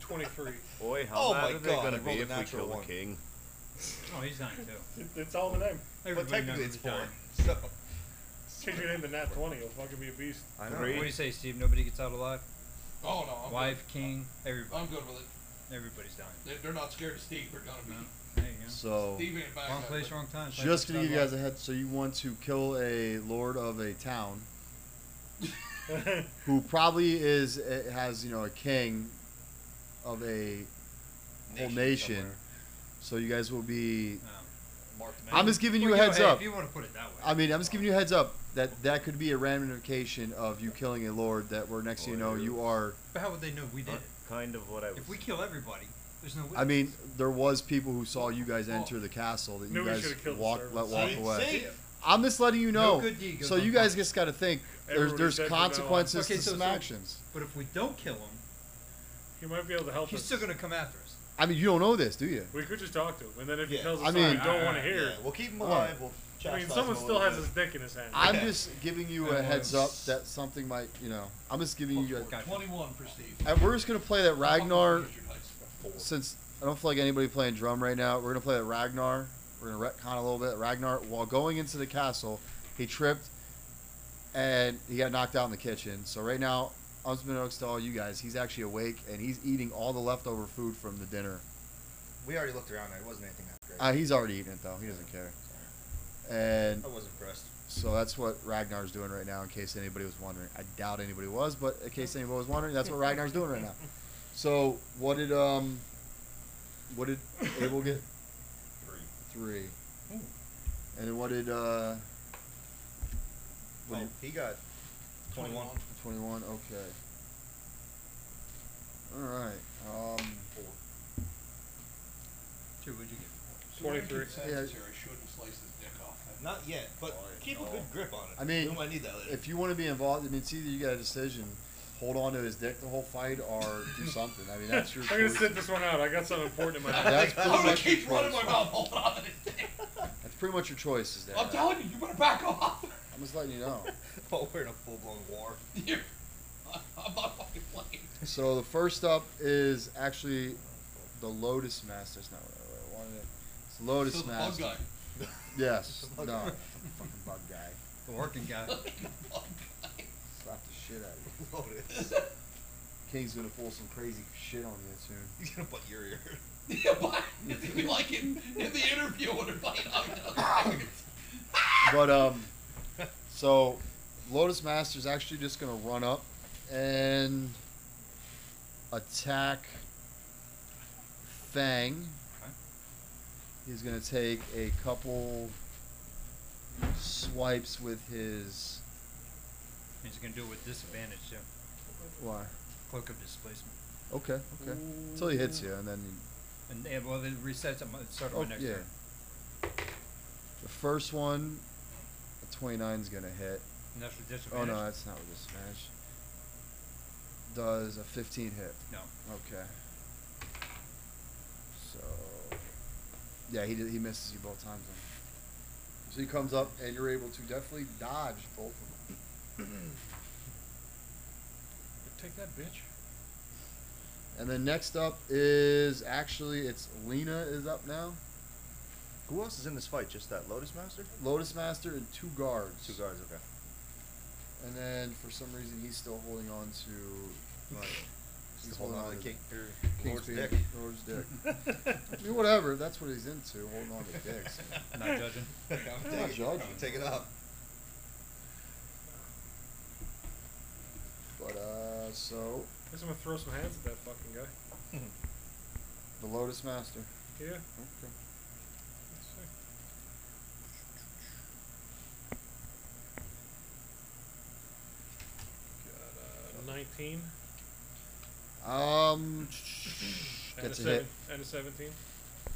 23.
Boy, how
Oh
mad
my
are they
God,
gonna
I rolled
be
a
if we
natural
kill the
one.
king?
Oh, he's dying too.
It- It's all in the name.
But
Everybody
technically, it's
knows
four.
he's dying.
So.
Change your name to Nat 20. It'll fucking be a beast.
I
know. Three.
What do you say, Steve? Nobody gets out alive.
Oh no. I'm
Wife, king,
Good.
everybody.
I'm good with it.
Everybody's dying.
They're, they're not scared of Steve. They're gonna be.
There you go.
So.
Steve ain't back.
Wrong place, wrong time.
Just gonna give you guys a head. So you want to kill a lord of a town who probably is eh, has you know a king of a whole
Nation
nation.
somewhere.
So you guys will be.
Mark the
I'm
man.
just giving you a heads up.
If you want to put it that way.
I mean, I'm just giving you a heads up that that could be a ramification of you killing a lord that where next thing you know you are.
but how would they know we did
Huh?
it?
Kind of what I was.
If we kill everybody, there's no.
I mean,
witness.
there was people who saw you guys enter the castle that you
Knew we
guys
should've killed the
walk let
servants.
walk
See?
away.
See?
I'm just letting you
No
know.
good deed goes
so you guys
unpunished.
just got to think. There's,
Everybody's
there's
dead from now on.
consequences
Okay,
to
so-
some
so-
actions.
but if we don't kill him,
He might be able to help
he's
us.
still gonna come after us.
I mean, you don't know this, do you?
We could just talk to him, and then if he
Yeah.
tells
I
us
mean-
something we don't want to hear,
Yeah, we'll keep him
Oh.
alive. We'll
I
chastise
mean,
him
someone
a
still
little
has
bit.
his dick in his hand.
I'm
Okay.
just giving you a
That
heads up
was-
that something might, you know, I'm just giving you.
Gotcha.
Twenty-one for Steve.
And we're just gonna play that Ragnar.
Fucking dice.
Four.
Since I don't feel like anybody playing drum right now, we're gonna play that Ragnar. We're gonna retcon a little bit. Ragnar, while going into the castle, he tripped, and he got knocked out in the kitchen. So right now, unbeknownst to all you guys, he's actually awake and he's eating all the leftover food from the dinner.
We already looked around. It wasn't anything that great.
Uh, he's already eating it though. He doesn't care. And
I was impressed.
So that's what Ragnar's doing right now, in case anybody was wondering. I doubt anybody was, but in case anybody was wondering, that's what Ragnar's doing right now. So what did um, what did Abel get?
Three.
Three.
Hmm.
And then what did uh, what
Well,
did-
Oh, he got 21.
21? Okay. All right. Um,
Dude, what'd you get?
So we're making
23.
consensus
Yeah.
here. I shouldn't slice his dick off.
Not yet, but keep a good grip on it.
I mean,
we might need that later.
if you want to be involved, I mean, it's either you got a decision. hold on to his dick the whole fight or do something. I mean, that's your.
I'm gonna
choice.
sit this one out. I got something important in my
That's pretty
mind.
I'm gonna
much your
keep running my
choice.
mouth. Hold on. to this thing.
That's pretty much your choice, is there?
I'm telling you, you better back off.
I'm just letting you know.
Oh, we're in a full blown war.
You're, I'm not fucking playing.
So the first up is actually the Lotus Master. It's not what I wanted. It. It's Lotus
Still the bug
Master.
guy.
Yes. no. Fucking bug guy.
The working guy.
Slap the shit out of you.
Lotus.
King's gonna pull some crazy shit on you soon.
He's gonna butt your ear.
Yeah, but it's gonna be like in, in the interview when they're playing October.
But um, so Lotus Master's actually just gonna run up and attack Fang. He's gonna take a couple swipes with his.
He's gonna do it with disadvantage too.
Why?
Cloak of displacement.
Okay, okay. Until he hits you, and then you,
And yeah, well, it resets. at my- It started
oh
my next
yeah.
turn.
The first one, a twenty-nine's gonna hit.
And that's with
Oh
disadvantage.
no, that's not with a smash. Does a fifteen hit?
no.
Okay. So, yeah, he did, he misses you both times. Then. So he comes up, and you're able to definitely dodge both of them.
Take that, bitch.
And then next up is actually it's Lena is up now.
Who else is in this fight? Just that Lotus Master?
Lotus Master and two guards.
Two guards, okay.
And then for some reason he's still holding on to. Like,
He's holding on to King, or Lord's
King's
dick.
Lord's dick. I mean, whatever. if That's what he's into, holding on to dicks.
Not judging.
I'm
not
taking-
judging.
I'm taking it up.
But uh, so
I just want to throw some hands at that fucking guy.
the Lotus Master.
Yeah.
Okay.
Got a 19
Um,
and
gets
a,
a
seven,
hit.
and a 17.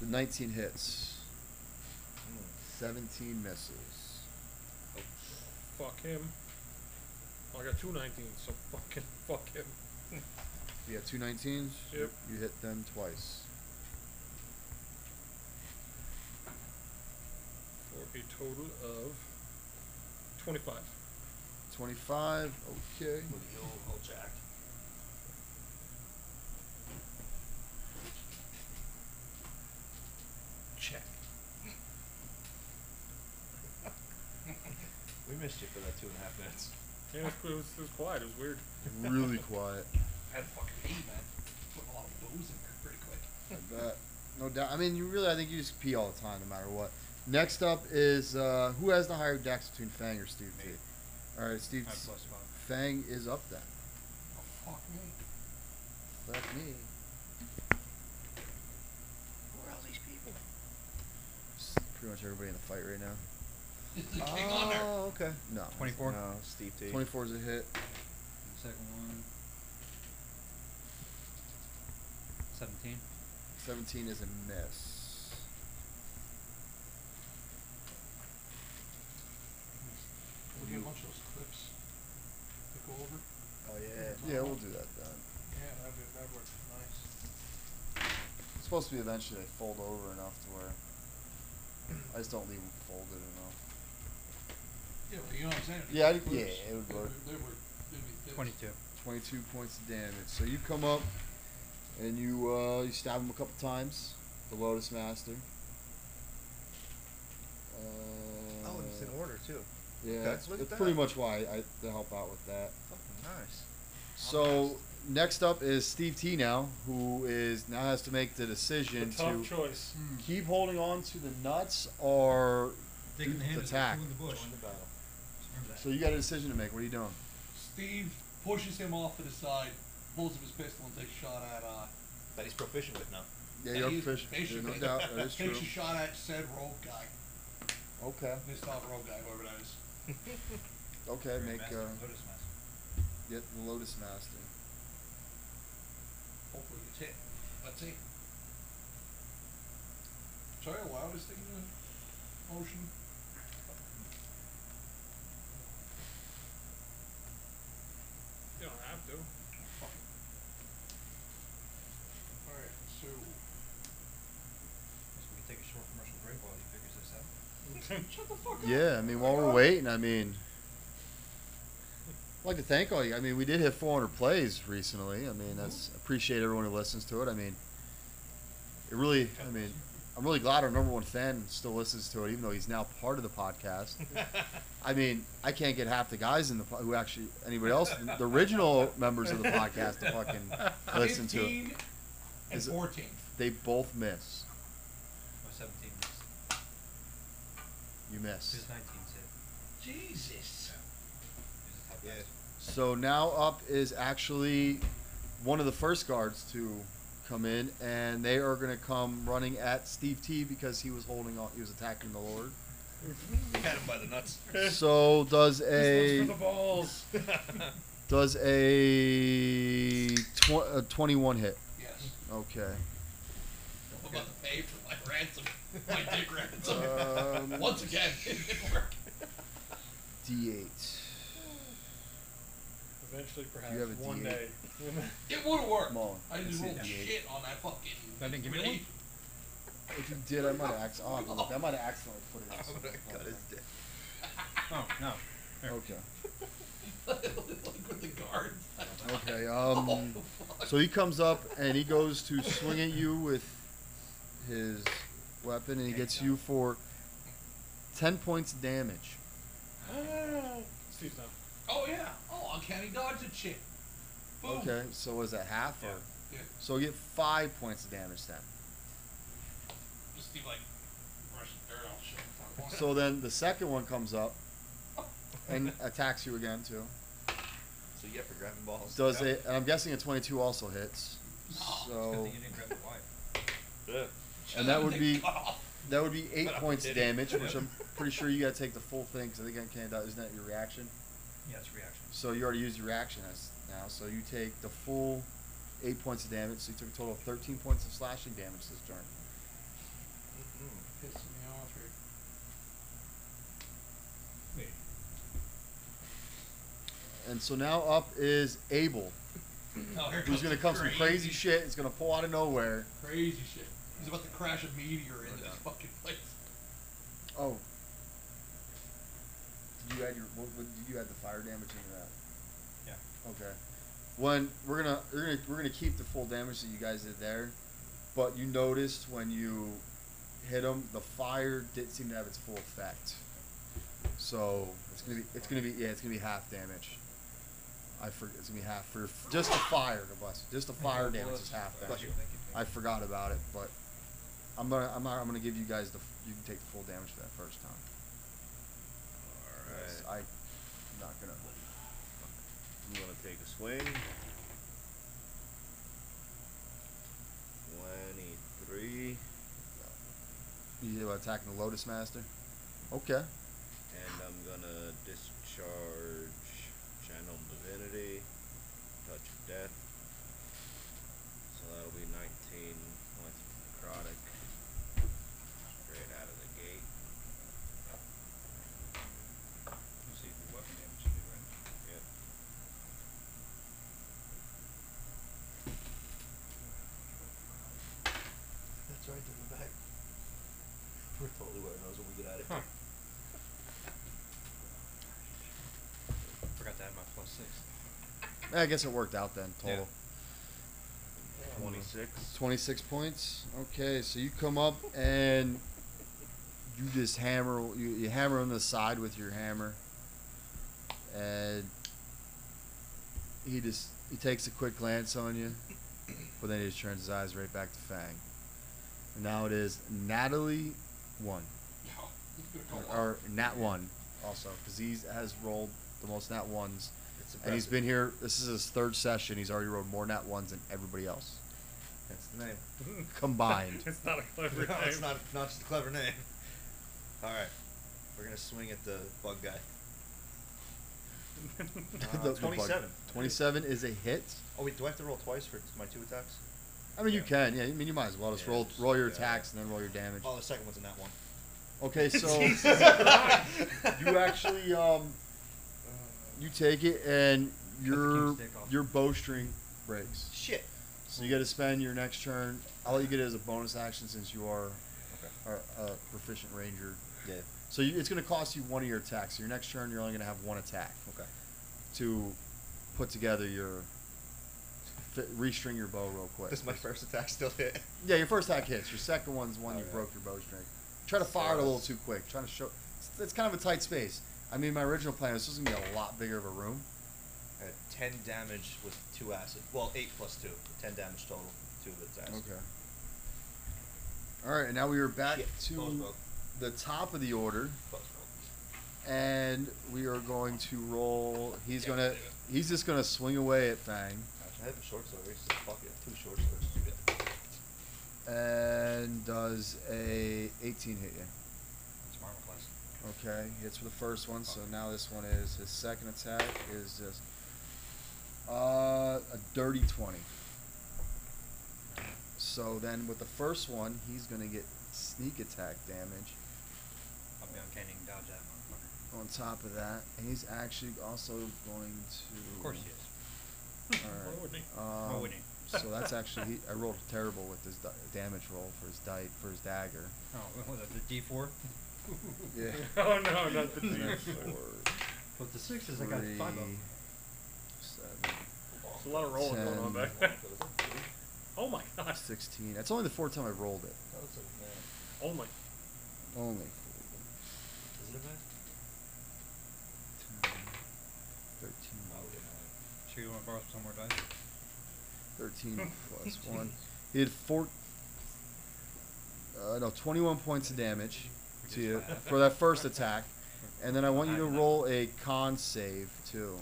The 19 hits.
Mm.
17 misses.
Oh, Fuck him. Well, I got two 19s, so fucking fuck him.
You have two 19s.
Yep.
You hit them twice.
For a total of 25.
25. Okay.
With the old old Jack. Check. we missed you for that two and a half minutes.
Yeah, it was, it was, it was quiet. It was weird.
Really quiet.
I had a fucking eight, man. Put a lot of booze in there pretty quick.
I bet. No doubt. I mean, you really. I think you just pee all the time, no matter what. Next up is uh, who has the higher dex between Fang or Steve T?
Me.
All right, Steve.
I have plus five.
Fang is up then.
Oh, fuck me.
That's me.
Who are all these people?
It's Pretty much everybody in the fight right now. Oh,
Is the king on there?
okay. No.
24?
No.
Steve T.
24 is a hit.
Second one. Seventeen.
17 is a miss.
We'll get a bunch of those clips to go over.
Oh yeah.
Yeah, we'll do that then.
Yeah, that'd, be, that'd work nice.
It's supposed to be eventually they fold over enough to where I just don't leave them folded enough.
Yeah, but you know what I'm saying?
Yeah, I-
Clips,
yeah, it would
they
work.
were- They were, they'd be thick.
Twenty-two.
22 points of damage. So you come up and you uh, you stab him a couple times. The Lotus Master. Uh,
Oh, and it's in order too.
Yeah,
Okay,
that's,
look at
that's pretty
that.
much why I to help out with that.
Fucking nice.
So next up is Steve T now, who is now has to make the
The
decision
tough
to
choice.
hmm.
keep holding on to the nuts or
Dick in the hand is like
attack.
pulling the bush.
Join the battle.
Remember that.
So you got a decision to make. What are you doing?
Steve pushes him off to the side, pulls up his pistol, and takes a shot at. Uh,
That he's proficient with now.
Yeah,
at
you're
his-
proficient. There's no
basically
doubt. That is true.
Takes a shot at said rogue guy,
Okay.
missed off rogue guy, whoever that is.
Okay.
Very
Make
massive
uh,
lotus mask.
get the Lotus Master.
Hopefully it's hit. Let's see. Sorry, allow this thing to motion?
You don't have to.
Shut the fuck up.
Yeah, I mean, while we're waiting, I mean, I'd like to thank all you. I mean, we did hit 400 plays recently. I mean, that's appreciate everyone who listens to it. I mean, it really, I mean, I'm really glad our number one fan still listens to it, even though he's now part of the podcast. I mean, I can't get half the guys in the po- who actually anybody else, the original members of the podcast, to fucking listen to it.
15 and
Is it-
14.
They both miss.
My 17 was.
You miss.
His 19 said.
Jesus.
Yeah.
So now up is actually one of the first guards to come in, and they are going to come running at Steve T because he was holding on. He was attacking the Lord.
We had him by the nuts.
So does
Eh.
a
This one's for the balls.
does a, tw- a twenty-one hit?
Yes.
Okay.
I'm about to pay for my ransom. My dick ransom.
Um,
Once again, it didn't work.
D8.
Eventually, perhaps
You have a
one
D8.
day.
It would work.
Come on.
I
Let's
just
see.
rolled shit on that fucking.
That didn't give me
relief.
If you did, I might have accidentally. Oh, I might have accidentally put it.
I'm gonna cut his dick.
Oh, no.
in. Okay.
like with the guards.
Okay. Um.
oh, fuck.
So he comes up and he goes to swing at you with his weapon, and he gets you for ten points of damage.
Ah, Steve's not.
oh yeah. Oh, uncanny dodge and shit. Boom.
Okay, so was that half? Or?
Yeah.
Yeah.
So you get five points of damage then.
Just be like, brushing dirt off shit. Fuck.
So then the second one comes up and attacks you again too.
So you have for grabbing balls.
Does
Yeah.
it? And I'm guessing a 22 also hits.
Oh,
So
you didn't grab the wife.
Yeah.
and that would be-
Cut off.
that would be eight
But I'm
points of
kidding.
damage, which
Yeah.
I'm pretty sure you gotta take the full thing because I think I can't. Isn't that your reaction?
Yeah, it's reaction.
So you already used your action as now, so you take the full eight points of damage. So you took a total of thirteen points of slashing damage this turn.
Pissing me off here.
Wait.
And so now up is Abel,
Oh, here
who's
comes
gonna
the
come some crazy shit. It's gonna pull out of nowhere.
Crazy shit. He's about to crash a meteor into this fucking place.
Oh, did you add your? What, what, did you add the fire damage into that?
Yeah.
Okay. When we're gonna we're gonna we're gonna keep the full damage that you guys did there, but you noticed when you hit him, the fire didn't seem to have its full effect. So it's gonna be it's gonna be yeah it's gonna be half damage. I for, it's gonna be half for just the fire. God bless you. Just the fire damage is half
Bless
damage.
you. Thank you. Thank
I forgot about it, but I'm gonna I'm not, I'm gonna give you guys the f- you can take the full damage for that first time.
Alright.
I, am not gonna.
I'm gonna take a swing. Twenty-three,
You attacking the Lotus Master? Okay.
and I'm gonna discharge Channel Divinity, Touch of Death. So that'll be nineteen points of necrotic. Straight out of the gate.
Let's see the weapon damage you do, right?
Yep.
That's right in the back. We're totally wearing those when we get out of
Huh.
here.
Forgot to add my plus six.
Eh, I guess it worked out then. Total.
Twenty-six.
26 points. Okay, so you come up and you just hammer you, you hammer on the side with your hammer. And he just he takes a quick glance on you, but then he just turns his eyes right back to Fang. And now it is Natalie 1
No. He's gonna go
or Nat 1 also cuz he has rolled the most Nat 1s and he's been here this is his third session. He's already rolled more Nat 1s than everybody else
Uh, That's the name.
combined.
it's not a clever
no,
name.
it's not, not just a clever name. All right, we're gonna swing at the bug guy.
The-
Uh,
the bug.
Twenty-seven.
27 is a hit.
Oh wait, do I have to roll twice for my two attacks?
I mean, you
Yeah.
can. Yeah, I mean, you might as well just
Yeah,
roll
just-
roll your
yeah.
attacks and then roll your damage.
Oh, the second one's in that one.
Okay, so you actually um, you take it and your
king's dick off.
your bowstring breaks.
Shit.
So you got to spend your next turn. I'll let you get it as a bonus action since you are
Okay.
a, a proficient ranger.
Yeah.
So you, it's going to cost you one of your attacks. So your next turn, you're only going to have one attack
Okay.
to put together your fi- restring your bow real quick.
Does my first attack still hit?
Yeah, your first attack hits. Your second one's one you
Alright.
broke your bowstring. Try to fire it a little too quick. Trying to show. It's, it's kind of a tight space. I mean, my original plan was this was gonna be a lot bigger of a room.
Uh, ten damage with two acid. Well, eight plus two. Ten damage total. Two of it's acid.
All right, and now we are back
Shit. Close
to
roll.
the top of the order,
Close roll.
and we are going to roll. He's
Yeah,
gonna.
there you
He's just gonna swing away at Fang,
Actually, I have a short sword. So fuck it. Two short swords. Yeah.
and does a 18 hit you?
It's my armor class.
Okay, hits for the first one, so now this one is his second attack is just uh, a dirty 20. So then with the first one, he's going to get sneak attack damage
I'll be uncanny and dodge that motherfucker.
on top of that, and he's actually also going to.
Of course he is.
Alright,
Why wouldn't he?
Um,
Why wouldn't he?
So that's actually he, I rolled terrible with this da- damage roll for his di- for his dagger.
Oh, what was it, the D four?
Yeah.
Oh no, not the
And then
D.
four,
With the sixes, I got five of
three,
them.
seven,
There's a lot of rolling going on back there. Oh my gosh.
16. That's only the fourth time I rolled it.
That looks like a man.
Oh my.
Only.
Is it a man?
13.
Oh,
No, it ain't.
Sure you wanna borrow some more dice?
13 plus 1. He had four. Uh, no, 21 points of damage to you for that first attack. And then I want you to roll a con save, too.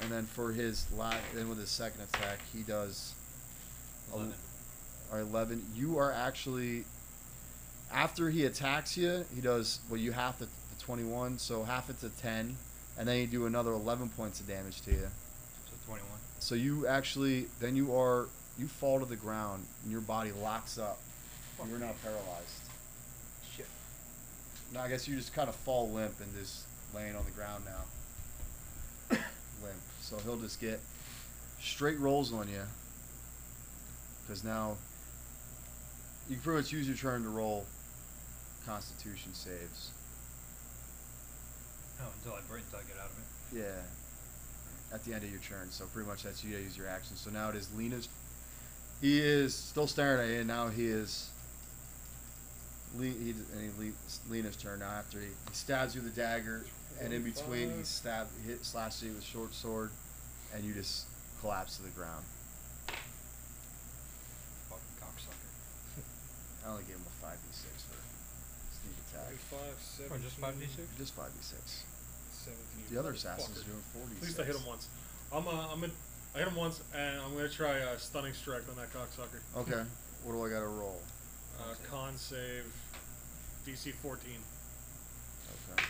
And then for his last, then with his second attack, he does
Oh,
a-
Eleven.
or 11 you are actually after he attacks you he does well you have the, the 21 so half it's a 10 and then you do another 11 points of damage to you
So twenty-one.
so you actually then you are you fall to the ground and your body locks up you're now paralyzed
Shit.
now i guess you just kind of fall limp and just laying on the ground now limp so he'll just get straight rolls on you because now you can pretty much use your turn to roll constitution saves
Oh, until I break, until I get out of it.
yeah at the end of your turn so pretty much that's you gotta use your action so now it is lena's he is still staring at you and now he is Le- he, and he le- lena's turn now after he, he stabs you with a dagger and in between he stab hit slashes you with a short sword and you just collapse to the ground
Fucking cocksucker.
I only gave him a five d six for sneak attack.
Or just five D six?
Just five d six.
Seventeen.
The other assassin's
Fucker.
doing forty.
At least I hit him once. I'm uh, I'm gonna, I hit him once, and I'm gonna try uh, stunning strike on that cocksucker.
Okay, what do I got to roll?
Uh, con save, DC 14.
Okay.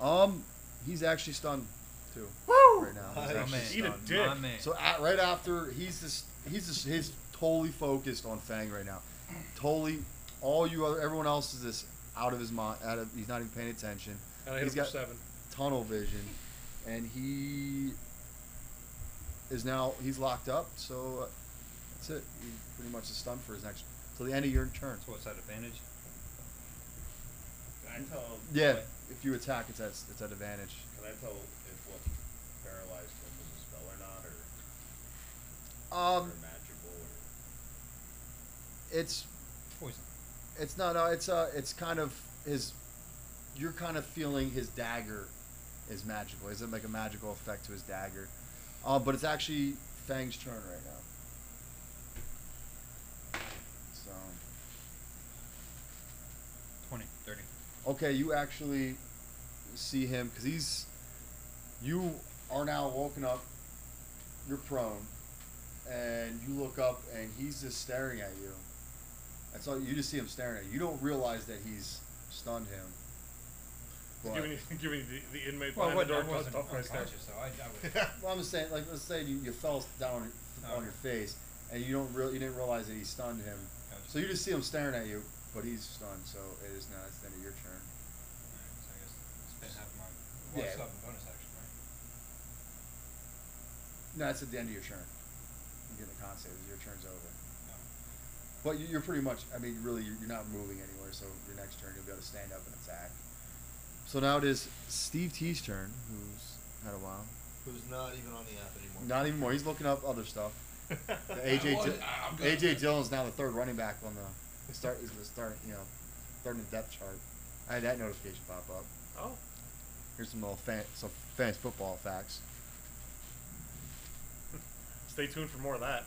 Um, he's actually stunned too. Right now, he's
Nice.
actually
Eat a
stunned.
dick.
My man.
So at, right after he's just he's just he's totally focused on Fang right now. Totally, all you other everyone else is just out of his mind. Out of he's not even paying attention.
And I hit
He's
him
got
for seven.
tunnel vision, and he is now he's locked up. So uh, that's it. He pretty much is stunned for his next till the end of your turn.
So what's that advantage?
Can I tell?
Yeah, if you attack, it's at it's at advantage.
Can I tell if what paralyzed him was a spell or not, or,
Um,
or magical, or
it's
Poison.
it's not. Uh, it's uh, it's kind of his. You're kind of feeling his dagger is magical. Is it like a magical effect to his dagger? Um, but it's actually Fang's turn right now. So.
Twenty. Thirty.
okay, you actually see him because he's you are now woken up. You're prone, and you look up, and he's just staring at you. That's all you just see him staring at you. You don't realize that he's stunned him. But,
Giving you, giving you the, the inmate
Well, I
behind the
wasn't,
Oh, door
I
tough price
wasn't
there.
unconscious, so I, I would.
well, I'm just saying, like, let's say you, you fell down on,
Oh.
on your face, and you don't real you didn't realize that he stunned him.
Gotcha.
So you just see him staring at you, but he's stunned. So it is now it's the end of your turn.
Alright, so I guess spend half my
Yeah.
one stop and bonus action, right?
No, it's at the end of your turn. You get the con save. Your turn's over.
No.
But you- you're pretty much, I mean, really, you're you're not moving anywhere, so your next turn, you'll be able to stand up and attack. So now it is Steve T's turn, who's had a while.
Who's not even on the app anymore?
Not even more. He's looking up other stuff. The
I
AJ
was-
Dil-
I- I'm good.
AJ Dillon's now the third running back on the start. Is the start you know third in the depth chart. I had that notification pop up.
Oh.
Here's some little fan, some fantasy football facts.
Oh. Stay tuned for more of that.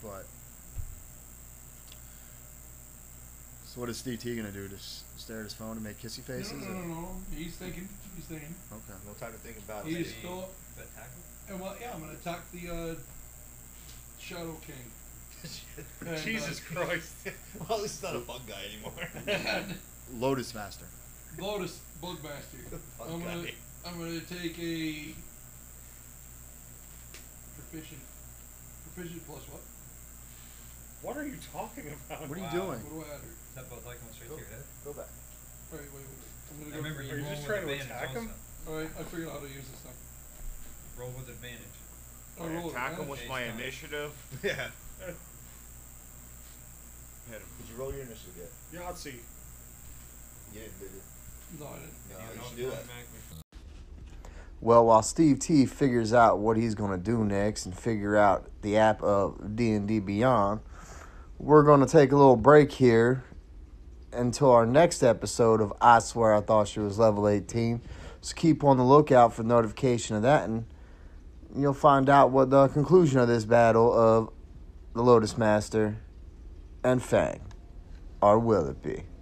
but so what is Steve T gonna do? Just stare at his phone and make kissy faces?
No, no, no, no, no. He's thinking. He's thinking.
Okay.
no time to think about
He
it.
just thought,
That tackle?
and well, yeah, I'm gonna attack the uh, Shadow King. And, uh,
Jesus Christ.
well, he's not a bug guy anymore.
and
Lotus Master.
Lotus Bugmaster.
Bug
I'm gonna,
guy.
I'm gonna take a proficient, proficient plus what?
What are you talking
Oh,
about?
What are you
Wow.
doing?
What do I add here?
Is that both like going straight
Go-
through your head?
Go back.
All right, wait, wait, wait. I'm gonna
I
go.
remember
Are
you
you
roll
just
with
trying to
advantage
attack him?
also.
All right, I figured out how to use this now.
Roll with advantage.
Oh, roll
Attack him with
advantage.
advantage.
my initiative.
Yeah.
Hit him.
Did you roll your initiative yet?
Yahtzee.
You didn't, did you?
No, I didn't.
No,
You
you
know,
should do that.
automatically-
Well, while Steve T figures out what he's going to do next and figure out the app of D&D Beyond, we're going to take a little break here until our next episode of I Swear I Thought She Was Level 18. So keep on the lookout for notification of that and you'll find out what the conclusion of this battle of the Lotus Master and Fang are will it be.